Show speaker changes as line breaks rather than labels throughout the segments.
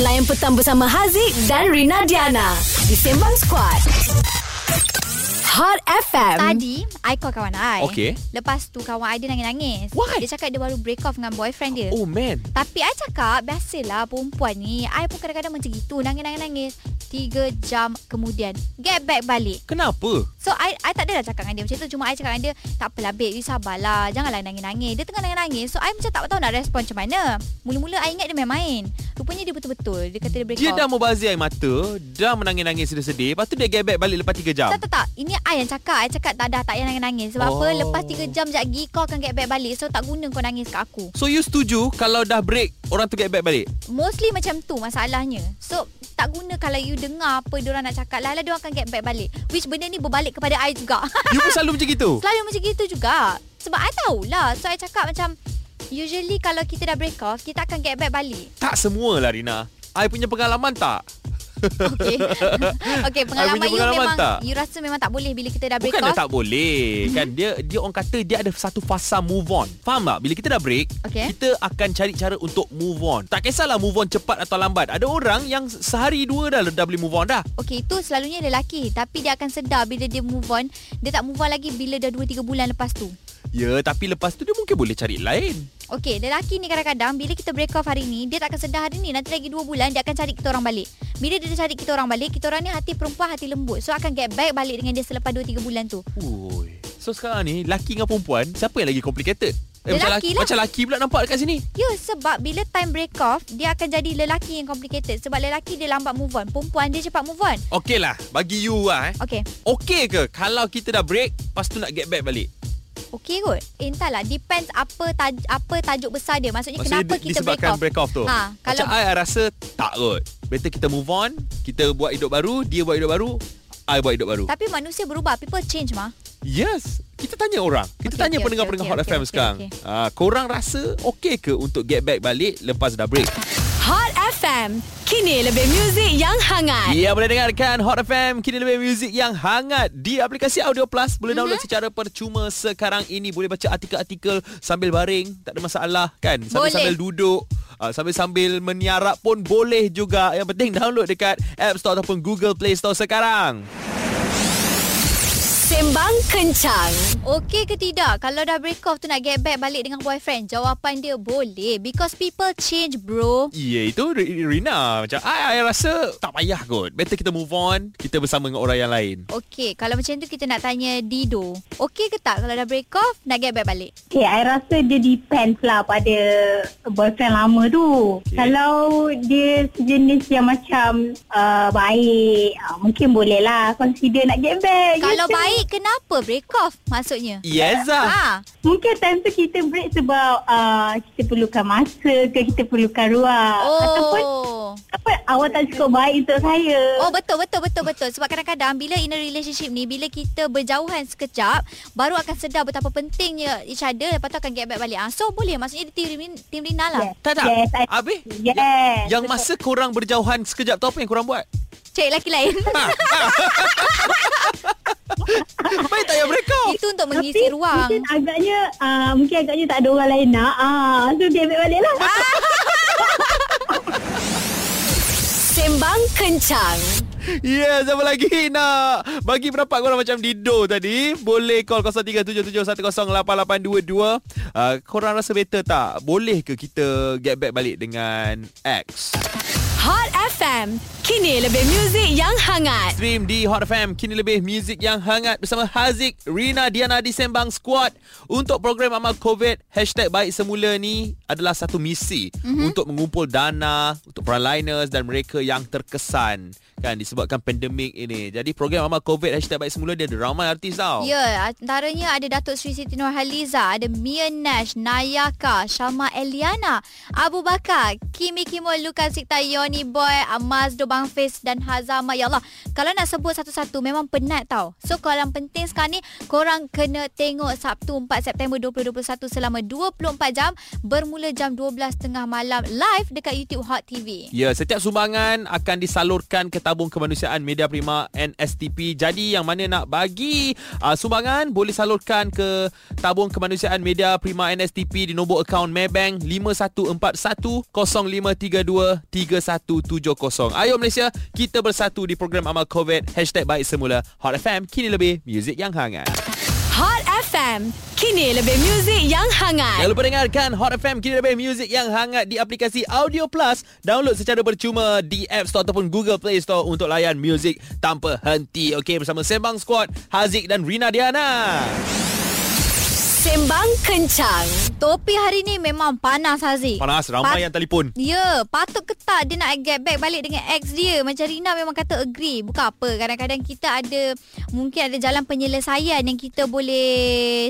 Layan petang bersama Haziq dan Rina Diana di Sembang Squad. Hot FM.
Tadi I call kawan I
Okey.
Lepas tu kawan I dia nangis-nangis
Why?
Dia cakap dia baru break off dengan boyfriend dia
Oh man
Tapi I cakap Biasalah perempuan ni I pun kadang-kadang macam gitu Nangis-nangis-nangis Tiga jam kemudian Get back balik
Kenapa?
So I, I tak adalah cakap dengan dia macam tu Cuma I cakap dengan dia Tak apalah babe You sabarlah Janganlah nangis-nangis Dia tengah nangis-nangis So I macam tak tahu nak respon macam mana Mula-mula I ingat dia main-main Rupanya dia betul-betul Dia kata dia break
Dia
off
dah membazir air mata Dah menangis-nangis sedih-sedih Lepas tu dia get back balik lepas 3 jam
Tak tak tak Ini I yang cakap I cakap tak dah tak payah nangis-nangis Sebab oh. apa
Oh.
Lepas 3 jam sekejap lagi Kau akan get back balik So tak guna kau nangis kat aku
So you setuju Kalau dah break Orang tu get back balik
Mostly macam tu masalahnya So tak guna kalau you dengar apa diorang nak cakap Lala diorang akan get back balik Which benda ni berbalik kepada I juga
You pun selalu macam gitu
Selalu macam gitu juga Sebab I tahulah So I cakap macam Usually kalau kita dah break off Kita akan get back balik
Tak semua lah Rina I punya pengalaman tak
Okay Okay pengalaman,
I punya pengalaman
you memang
tak?
You rasa memang tak boleh Bila kita dah break
Bukan dah
off
tak boleh Kan dia dia orang kata Dia ada satu fasa move on Faham tak? Bila kita dah break
Okay.
Kita akan cari cara untuk move on Tak kisahlah move on cepat atau lambat Ada orang yang sehari dua dah Dah boleh move on dah
Okay itu selalunya lelaki Tapi dia akan sedar Bila dia move on Dia tak move on lagi Bila dah 2-3 bulan lepas tu
Ya tapi lepas tu dia mungkin boleh cari lain
Okay lelaki ni kadang-kadang Bila kita break off hari ni Dia tak akan sedar hari ni Nanti lagi 2 bulan Dia akan cari kita orang balik Bila dia cari kita orang balik Kita orang ni hati perempuan Hati lembut So akan get back balik Dengan dia selepas 2-3 bulan tu
Ui. So sekarang ni Laki dengan perempuan Siapa yang lagi complicated? Eh, macam
Lelaki lah.
Macam laki pula nampak dekat sini
Ya sebab bila time break off Dia akan jadi lelaki yang complicated Sebab lelaki dia lambat move on Perempuan dia cepat move on
Okey lah Bagi you lah eh
Okay
Okey ke Kalau kita dah break Lepas tu nak get back balik
Okay kot Eh entahlah Depends apa taj- apa tajuk besar dia Maksudnya,
Maksudnya
kenapa
di-
kita break
disebabkan
off
break off tu
Ha, kalau-
Macam I rasa Tak kot Better kita move on Kita buat hidup baru Dia buat hidup baru I buat hidup baru
Tapi manusia berubah People change mah
Yes Kita tanya orang Kita
Okey,
tanya
okey,
pendengar-pendengar
okey,
Hot
okey,
FM
okey,
sekarang
okey.
Ah, Korang rasa Okey ke untuk get back balik Lepas dah break
Hot FM. Kini lebih muzik yang hangat.
Ya boleh dengarkan Hot FM Kini lebih muzik yang hangat Di aplikasi Audio Plus Boleh download secara percuma Sekarang ini Boleh baca artikel-artikel Sambil baring Tak ada masalah kan Sambil-sambil duduk ah, Sambil-sambil meniarap pun Boleh juga Yang penting download dekat App Store Ataupun Google Play Store sekarang
Sembang kencang.
Okay ke tidak Kalau dah break off tu Nak get back balik dengan boyfriend Jawapan dia boleh Because people change bro
Ya yeah, itu R- Rina Macam I, I rasa Tak payah kot Better kita move on Kita bersama dengan orang yang lain
Okay Kalau macam tu kita nak tanya Dido Okay ke tak Kalau dah break off Nak get back balik
Okay, I rasa dia depends lah pada boyfriend lama tu.
Okey.
Okay. Kalau dia sejenis yang macam uh, baik, uh, mungkin boleh lah consider nak get back.
Kalau
Gitu.
baik Kenapa break off Maksudnya
Yes lah
Ha
Mungkin time tu kita break sebab uh, kita perlukan masa ke kita perlukan ruang. Ataupun
Oh
apa, awak tak cukup baik untuk saya.
Oh betul betul betul betul sebab kadang-kadang bila in a relationship ni bila kita berjauhan sekejap baru akan sedar betapa pentingnya each other lepas tu akan get back balik. Ah so boleh maksudnya dia tim, Rin- tim Rina lah.
Yes.
Tak tak
Yes, I-
Habis
Yes.
Yang masa korang berjauhan Sekejap tu apa yang korang buat
Cari lelaki lain.
Baik tak payah break off
Itu untuk mengisi
Tapi
ruang.
Mungkin agaknya uh, mungkin agaknya tak ada orang lain nak. Ah, so dia ambil balik lah.
Sembang kencang.
Ya, yeah, siapa lagi nak bagi pendapat korang macam Dido tadi? Boleh call 0377108822. Uh, korang rasa better tak? Boleh ke kita get back balik dengan X?
Hot FM. Kini lebih muzik yang hangat.
Stream di Hot FM Kini lebih muzik yang hangat Bersama Haziq Rina Diana di Sembang Squad Untuk program Amal COVID Hashtag Baik Semula ni Adalah satu misi mm-hmm. Untuk mengumpul dana Untuk frontliners Dan mereka yang terkesan Kan disebabkan pandemik ini Jadi program Amal COVID Hashtag Baik Semula Dia ada ramai artis tau
Ya, antaranya ada Datuk Sri Siti Nurhaliza, ada Mia Nash, Nayaka, Syama Eliana, Abu Bakar, Kimi Kimo, Lukas Sikta, Yoni Boy, Amaz, Dobang Fiz dan Hazama. Ya Allah, kalau nak sebut satu-satu memang penat tau. So, kalau yang penting sekarang ni, korang kena tengok Sabtu 4 September 2021 selama 24 jam bermula jam 12.30 malam live dekat YouTube Hot TV.
Ya, setiap sumbangan Ya, akan disalurkan ke Tabung Kemanusiaan Media Prima NSTP. Jadi yang mana nak bagi uh, sumbangan boleh salurkan ke Tabung Kemanusiaan Media Prima NSTP di nombor akaun Maybank 5141-0532-3170. Ayo Malaysia, kita bersatu di program Amal COVID. Hashtag baik semula. Hot FM, kini lebih muzik yang hangat.
Hot FM. Kini lebih muzik yang hangat.
Jangan lupa dengarkan Hot FM kini lebih muzik yang hangat di aplikasi Audio Plus. Download secara percuma di App Store ataupun Google Play Store untuk layan muzik tanpa henti. Okey, bersama Sembang Squad, Haziq dan Rina Diana.
Sembang kencang.
Topi hari ni memang panas Haziq.
Panas, ramai
Pat-
yang telefon.
Ya, yeah, patut ke tak dia nak get back balik dengan ex dia. Macam Rina memang kata agree. Bukan apa. Kadang-kadang kita ada mungkin ada jalan penyelesaian yang kita boleh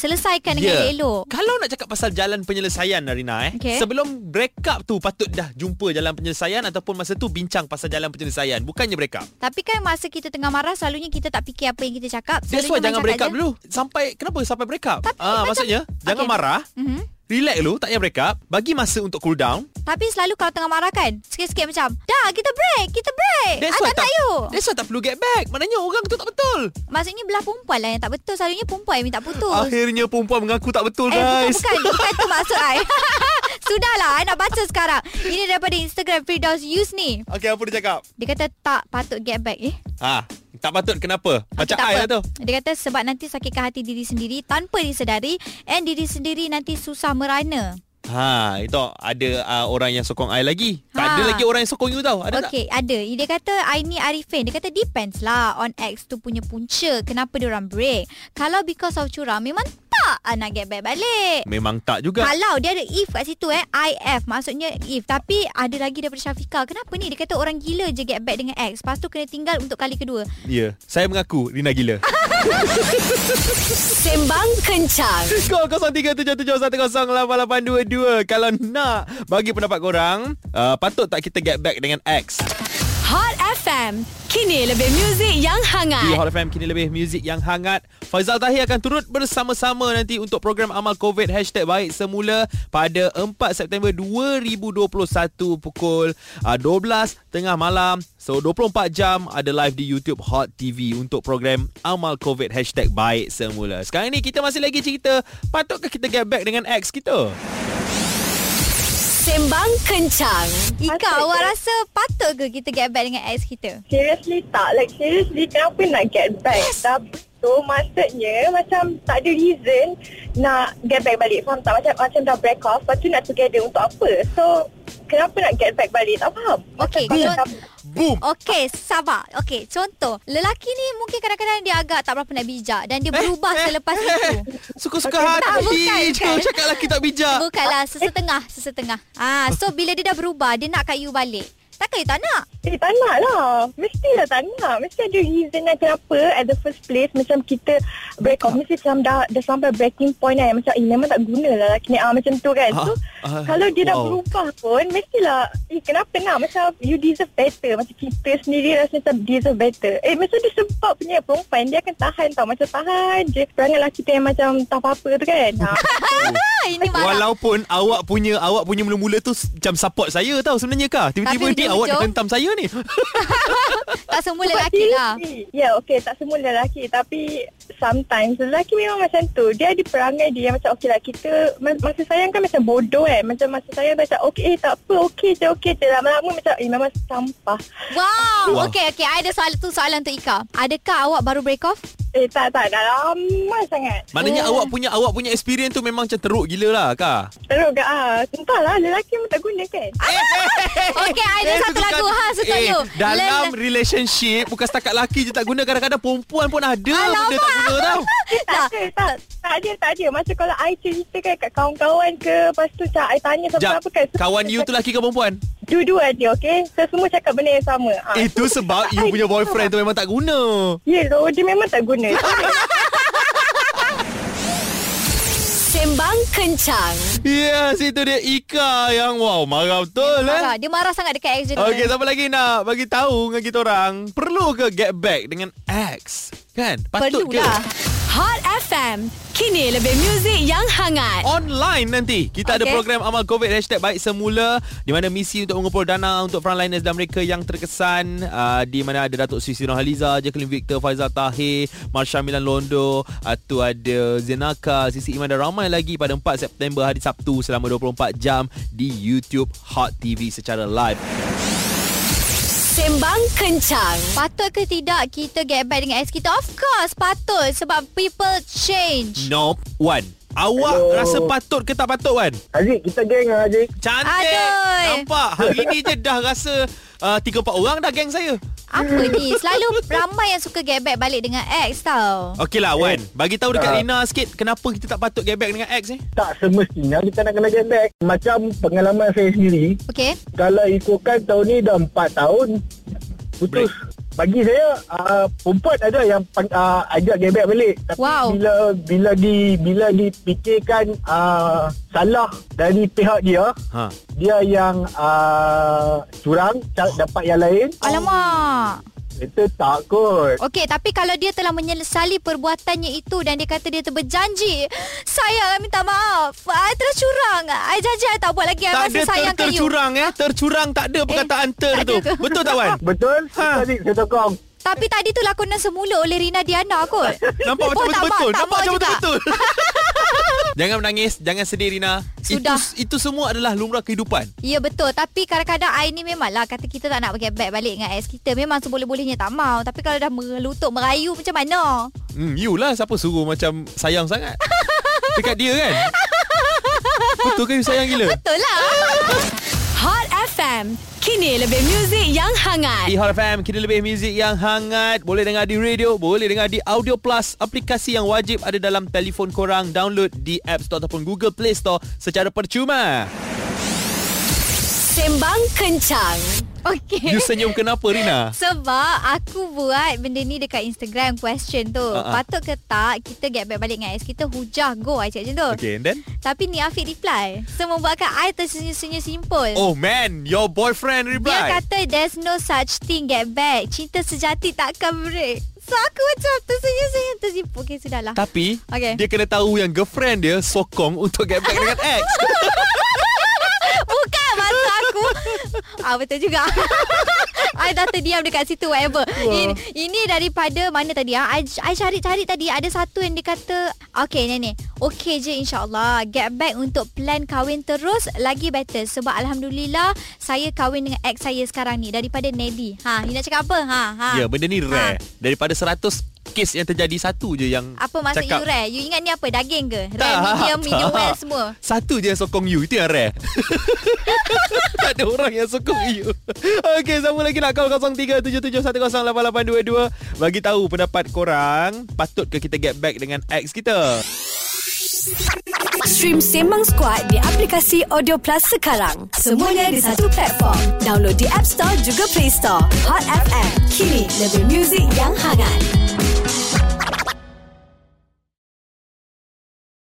selesaikan
Kan
dengan yeah. elok.
Ya. Kalau nak cakap pasal jalan penyelesaian Narina eh.
Okey.
Sebelum break up tu patut dah jumpa jalan penyelesaian ataupun masa tu bincang pasal jalan penyelesaian, bukannya break up.
Tapi kan masa kita tengah marah selalunya kita tak fikir apa yang kita cakap.
That's
Selalunya
why
main
jangan
cakap
break up
je.
dulu. Sampai kenapa sampai break up?
Tapi
ah,
macam-
maksudnya jangan
Okey.
marah.
Mhm.
Relax dulu, tak payah break up. Bagi masa untuk cool down.
Tapi selalu kalau tengah marah kan Sikit-sikit macam Dah kita break Kita break ah, tak, tak yuk
That's why tak perlu get back. Maknanya orang tu tak betul.
Maksudnya belah perempuan lah yang tak betul Selalunya perempuan yang minta putus
Akhirnya perempuan mengaku tak betul,
Oh. Eh bukan,
guys.
bukan Bukan tu maksud I Sudahlah I nak baca sekarang Ini daripada Instagram Firdaus Yusni
Okey, apa dia cakap?
Dia kata tak patut get back eh
Ha, tak patut kenapa? Macam
tak
okay,
apa.
lah tu.
Dia kata sebab nanti sakitkan hati diri sendiri Tanpa disedari And diri sendiri nanti susah merana
Ha, itu ada uh, orang yang sokong I lagi. Tak
Ha.
ada lagi orang yang sokong you tau. Ada tak?
Okey, ada. Dia kata Aini Arifin. Dia kata depends lah on ex tu punya punca. Kenapa dia orang break. Kalau because of curang memang tak ah, nak get back balik.
Memang tak juga.
Kalau dia ada if kat situ eh IF maksudnya if tapi ada lagi daripada Syafiqah. Kenapa ni? Dia kata orang gila je get back dengan ex. Lepas tu kena tinggal untuk kali kedua.
Ya, yeah. saya mengaku Rina gila.
Sembang kencang.
Call 0377108822 kalau nak bagi pendapat korang, uh, patut tak kita get back dengan ex?
Hot FM. Kini lebih muzik yang
Di
hangat.
Hot FM kini lebih muzik yang hangat. Faizal Tahir akan turut bersama-sama nanti untuk program Amal COVID Hashtag Baik Semula pada 4 September 2021 pukul uh, 12 tengah malam. So 24 jam ada live di YouTube Hot TV untuk program Amal COVID Hashtag Baik Semula. Sekarang ni kita masih lagi cerita patutkah kita get back dengan ex kita?
Sembang kencang.
Ika,
Patut
awak
ke?
rasa patut ke kita get back dengan ex kita?
Seriously tak Like seriously Kenapa nak get back Tapi tu maksudnya Macam tak ada reason Nak get back balik Faham tak Macam macam dah break off Lepas tu nak together Untuk apa So Kenapa nak get back balik Tak faham
Okey,
Macam tak
contoh-
faham.
Boom!
Okey, sabar. Okey, contoh. Lelaki ni mungkin kadang-kadang dia agak tak berapa nak bijak dan dia berubah selepas itu.
Eh, Suka-suka
Okey, tak,
hati
bukan,
je
bukan.
Cakap lelaki tak bijak
Bukanlah sesetengah, sesetengah. Ah, so bila dia dah berubah, dia nak kat you balik. Takkan you tak nak?
Eh tak nak lah Mestilah tak nak Mesti ada reason lah kenapa At the first place Macam kita Break off Mesti macam dah Dah sampai breaking point kan Macam eh memang tak guna lah Lelaki ni ah, Macam tu kan
Ah,
So
ah,
Kalau dia dah
wow.
berubah pun Mestilah Eh kenapa nak Macam you deserve better Macam kita sendiri rasa macam deserve better Eh macam dia sebab punya perempuan Dia akan tahan tau Macam tahan je Perangai lelaki tu yang macam Tak apa-apa tu kan ha.
Ah, ini malah.
Walaupun awak punya awak punya mula-mula tu s- macam support saya tau sebenarnya kah. Tiba-tiba
Tapi
ni
hujung-hujung-
awak dah hentam saya ni.
Tak semua lelaki lah.
Ya, okey. Tak semua lelaki. Tapi sometimes lelaki memang macam tu. Dia ada perangai dia yang macam okey lah. Kita ma- masa sayang kan macam bodoh kan. Macam masa sayang tu macam okey eh, tak apa. Okey je, okey je. Lama-lama macam eh memang sampah.
Wow.
Wah.
Okey, okey. I ada soalan tu soalan untuk Ika. Adakah awak baru break off?
Eh tak, tak. Dah lama sangat.
Eh.
Maknanya awak punya awak punya experience tu memang macam teruk gila lah kah.
Teruk ke? Ah, entahlah. Lelaki memang tak guna kan.
Okey, I ada
Eh,
satu
tu
lagu
bukan-
ha untuk
eh,
you.
Dalam
Lel-
relationship bukan setakat lelaki je tak guna kadang-kadang perempuan pun ada benda tak guna tau.
Tak,
Dah.
ada, tak, tak ada, tak ada. Macam kalau I ceritakan kat kawan-kawan ke, lepas tu macam I tanya
Jap,
sama apa kan. semua
kawan you tu lah. lelaki ke perempuan?
Dua-dua ada, okey? So, semua cakap benda yang sama. Ah,
Itu sebab you punya boyfriend tu memang tak guna.
Ya, yeah, dia memang tak guna.
Sembang kencang.
Ya, yes, itu dia Ika yang wow, marah betul eh.
Marah. Dia marah sangat dekat ex dia. tu.
Okey, siapa lagi nak bagi tahu dengan kita orang, perlu ke get back dengan ex? Kan? Patut
Perlulah.
ke?
Hot FM. Kini lebih muzik yang hangat.
online nanti. Kita okay. ada
Okey.
program amal COVID hashtag baik semula di mana misi untuk mengumpul dana untuk frontliners dan mereka yang terkesan uh, di mana ada Datuk Sri Sino Haliza, Jacqueline Victor, Faizal Tahir, Marsha Milan Londo, uh, tu ada Zenaka, Sisi Iman dan ramai lagi pada 4 September hari Sabtu selama 24 jam di YouTube Hot TV secara live.
Sembang kencang.
Patut ke tidak kita get back dengan ex kita? Of course, patut sebab people change.
Nope, Wan. Awak
Hello.
rasa patut ke tak patut Wan?
Haziq, kita geng lah Haziq.
Cantik.
Aduh.
Nampak hari ni je dah rasa uh, 3 4 orang dah geng saya.
Apa ni? Selalu ramai yang suka get back balik dengan ex tau.
Okey lah Wan
Eh,
Bagi tahu
tak.
dekat Rina sikit Kenapa kita tak patut get back dengan ex ni
Tak semestinya kita nak kena get back. Macam pengalaman saya sendiri,
Okay?
kalau ikutkan tahun ni dah 4 tahun, putus.
Break.
Bagi saya, uh, perempuan ada yang pang- uh, ajak get back balik. Tapi
Wow.
bila bila di bila dipikirkan uh, salah dari pihak dia,
Ha.
Eh,
dia yang uh, curang ca- dapat yang lain.
Oh. Alamak.
Itu tak kot.
Okey, tapi kalau dia telah menyelesali perbuatannya itu dan dia kata dia terberjanji, saya akan minta maaf. I telah curang. I janji I tak buat lagi. I
Tak
masih
ada ter
sayangkan you. Ha? Eh,
tercurang ya Tercurang tak ada perkataan ter
tak ada
tu
ke?
Betul tak Wan
Betul?
Ha.
Ha. Haziq, saya sokong.
Tapi tadi tu lakonan semula oleh Rina Diana kot.
Nampak
Oh,
macam
tak mau,
betul-betul
tak mau
Nampak macam
juga.
betul-betul Jangan menangis Jangan sedih Rina
Sudah.
itu, itu semua adalah lumrah kehidupan
Ya betul Tapi kadang-kadang I ni memanglah Kata kita tak nak get back balik dengan ex kita Memang seboleh-bolehnya tak mau Tapi kalau dah melutuk merayu macam mana
hmm, You lah siapa suruh macam sayang sangat Dekat dia kan Betul ke you sayang gila
Betul lah
Hot FM. Kini lebih muzik yang hangat.
Di Hot FM Kita lebih muzik yang hangat Boleh dengar di radio Boleh dengar di Audio Plus Aplikasi yang wajib ada dalam telefon korang Download di App Store ataupun Google Play Store Secara percuma
Sembang kencang.
Okay
You senyum kenapa Rina?
Sebab aku buat benda ni dekat Instagram question tu.
Ha, ha.
Uh-uh. Patut ke tak kita get back balik dengan ex kita hujah go I cakap macam tu. Okay.
Okay and then
Tapi ni Afiq reply. So membuatkan I tersenyum-senyum simple.
Oh man Your boyfriend
Dia
reply
kata there's no such thing get back. Cinta sejati takkan break. So aku macam tersenyum-senyum tersipu. Okay sudahlah.
Tapi
Okay.
Dia kena tahu yang girlfriend dia Sokong untuk get back dengan ex
Bukan mata aku ah, Betul juga I dah terdiam dekat situ Whatever ini, ini daripada Mana tadi ah? I, I cari-cari tadi Ada satu yang dia kata Okay nenek Okay je insyaAllah Get back untuk plan kahwin terus Lagi better Sebab Alhamdulillah Saya kahwin dengan ex saya sekarang ni Daripada Nelly Ha, you nak cakap apa? Ha, ha.
Ya benda ni rare Daripada 100 kes yang terjadi Satu je yang
Apa maksud
cakap.
you rare? You ingat ni apa? Daging ke? Rare,
Tak,
medium,
tak.
medium well semua
Satu je yang sokong you Itu yang rare Tak ada orang yang sokong you Okay sama lagi nak call 0377108822 Bagi tahu pendapat korang Patutkah kita get back dengan ex kita
Stream Sembang Squad di aplikasi Audio Plus sekarang. Semuanya di satu platform. Download di App Store juga Play Store. Hot FM. Kini lebih muzik yang hangat.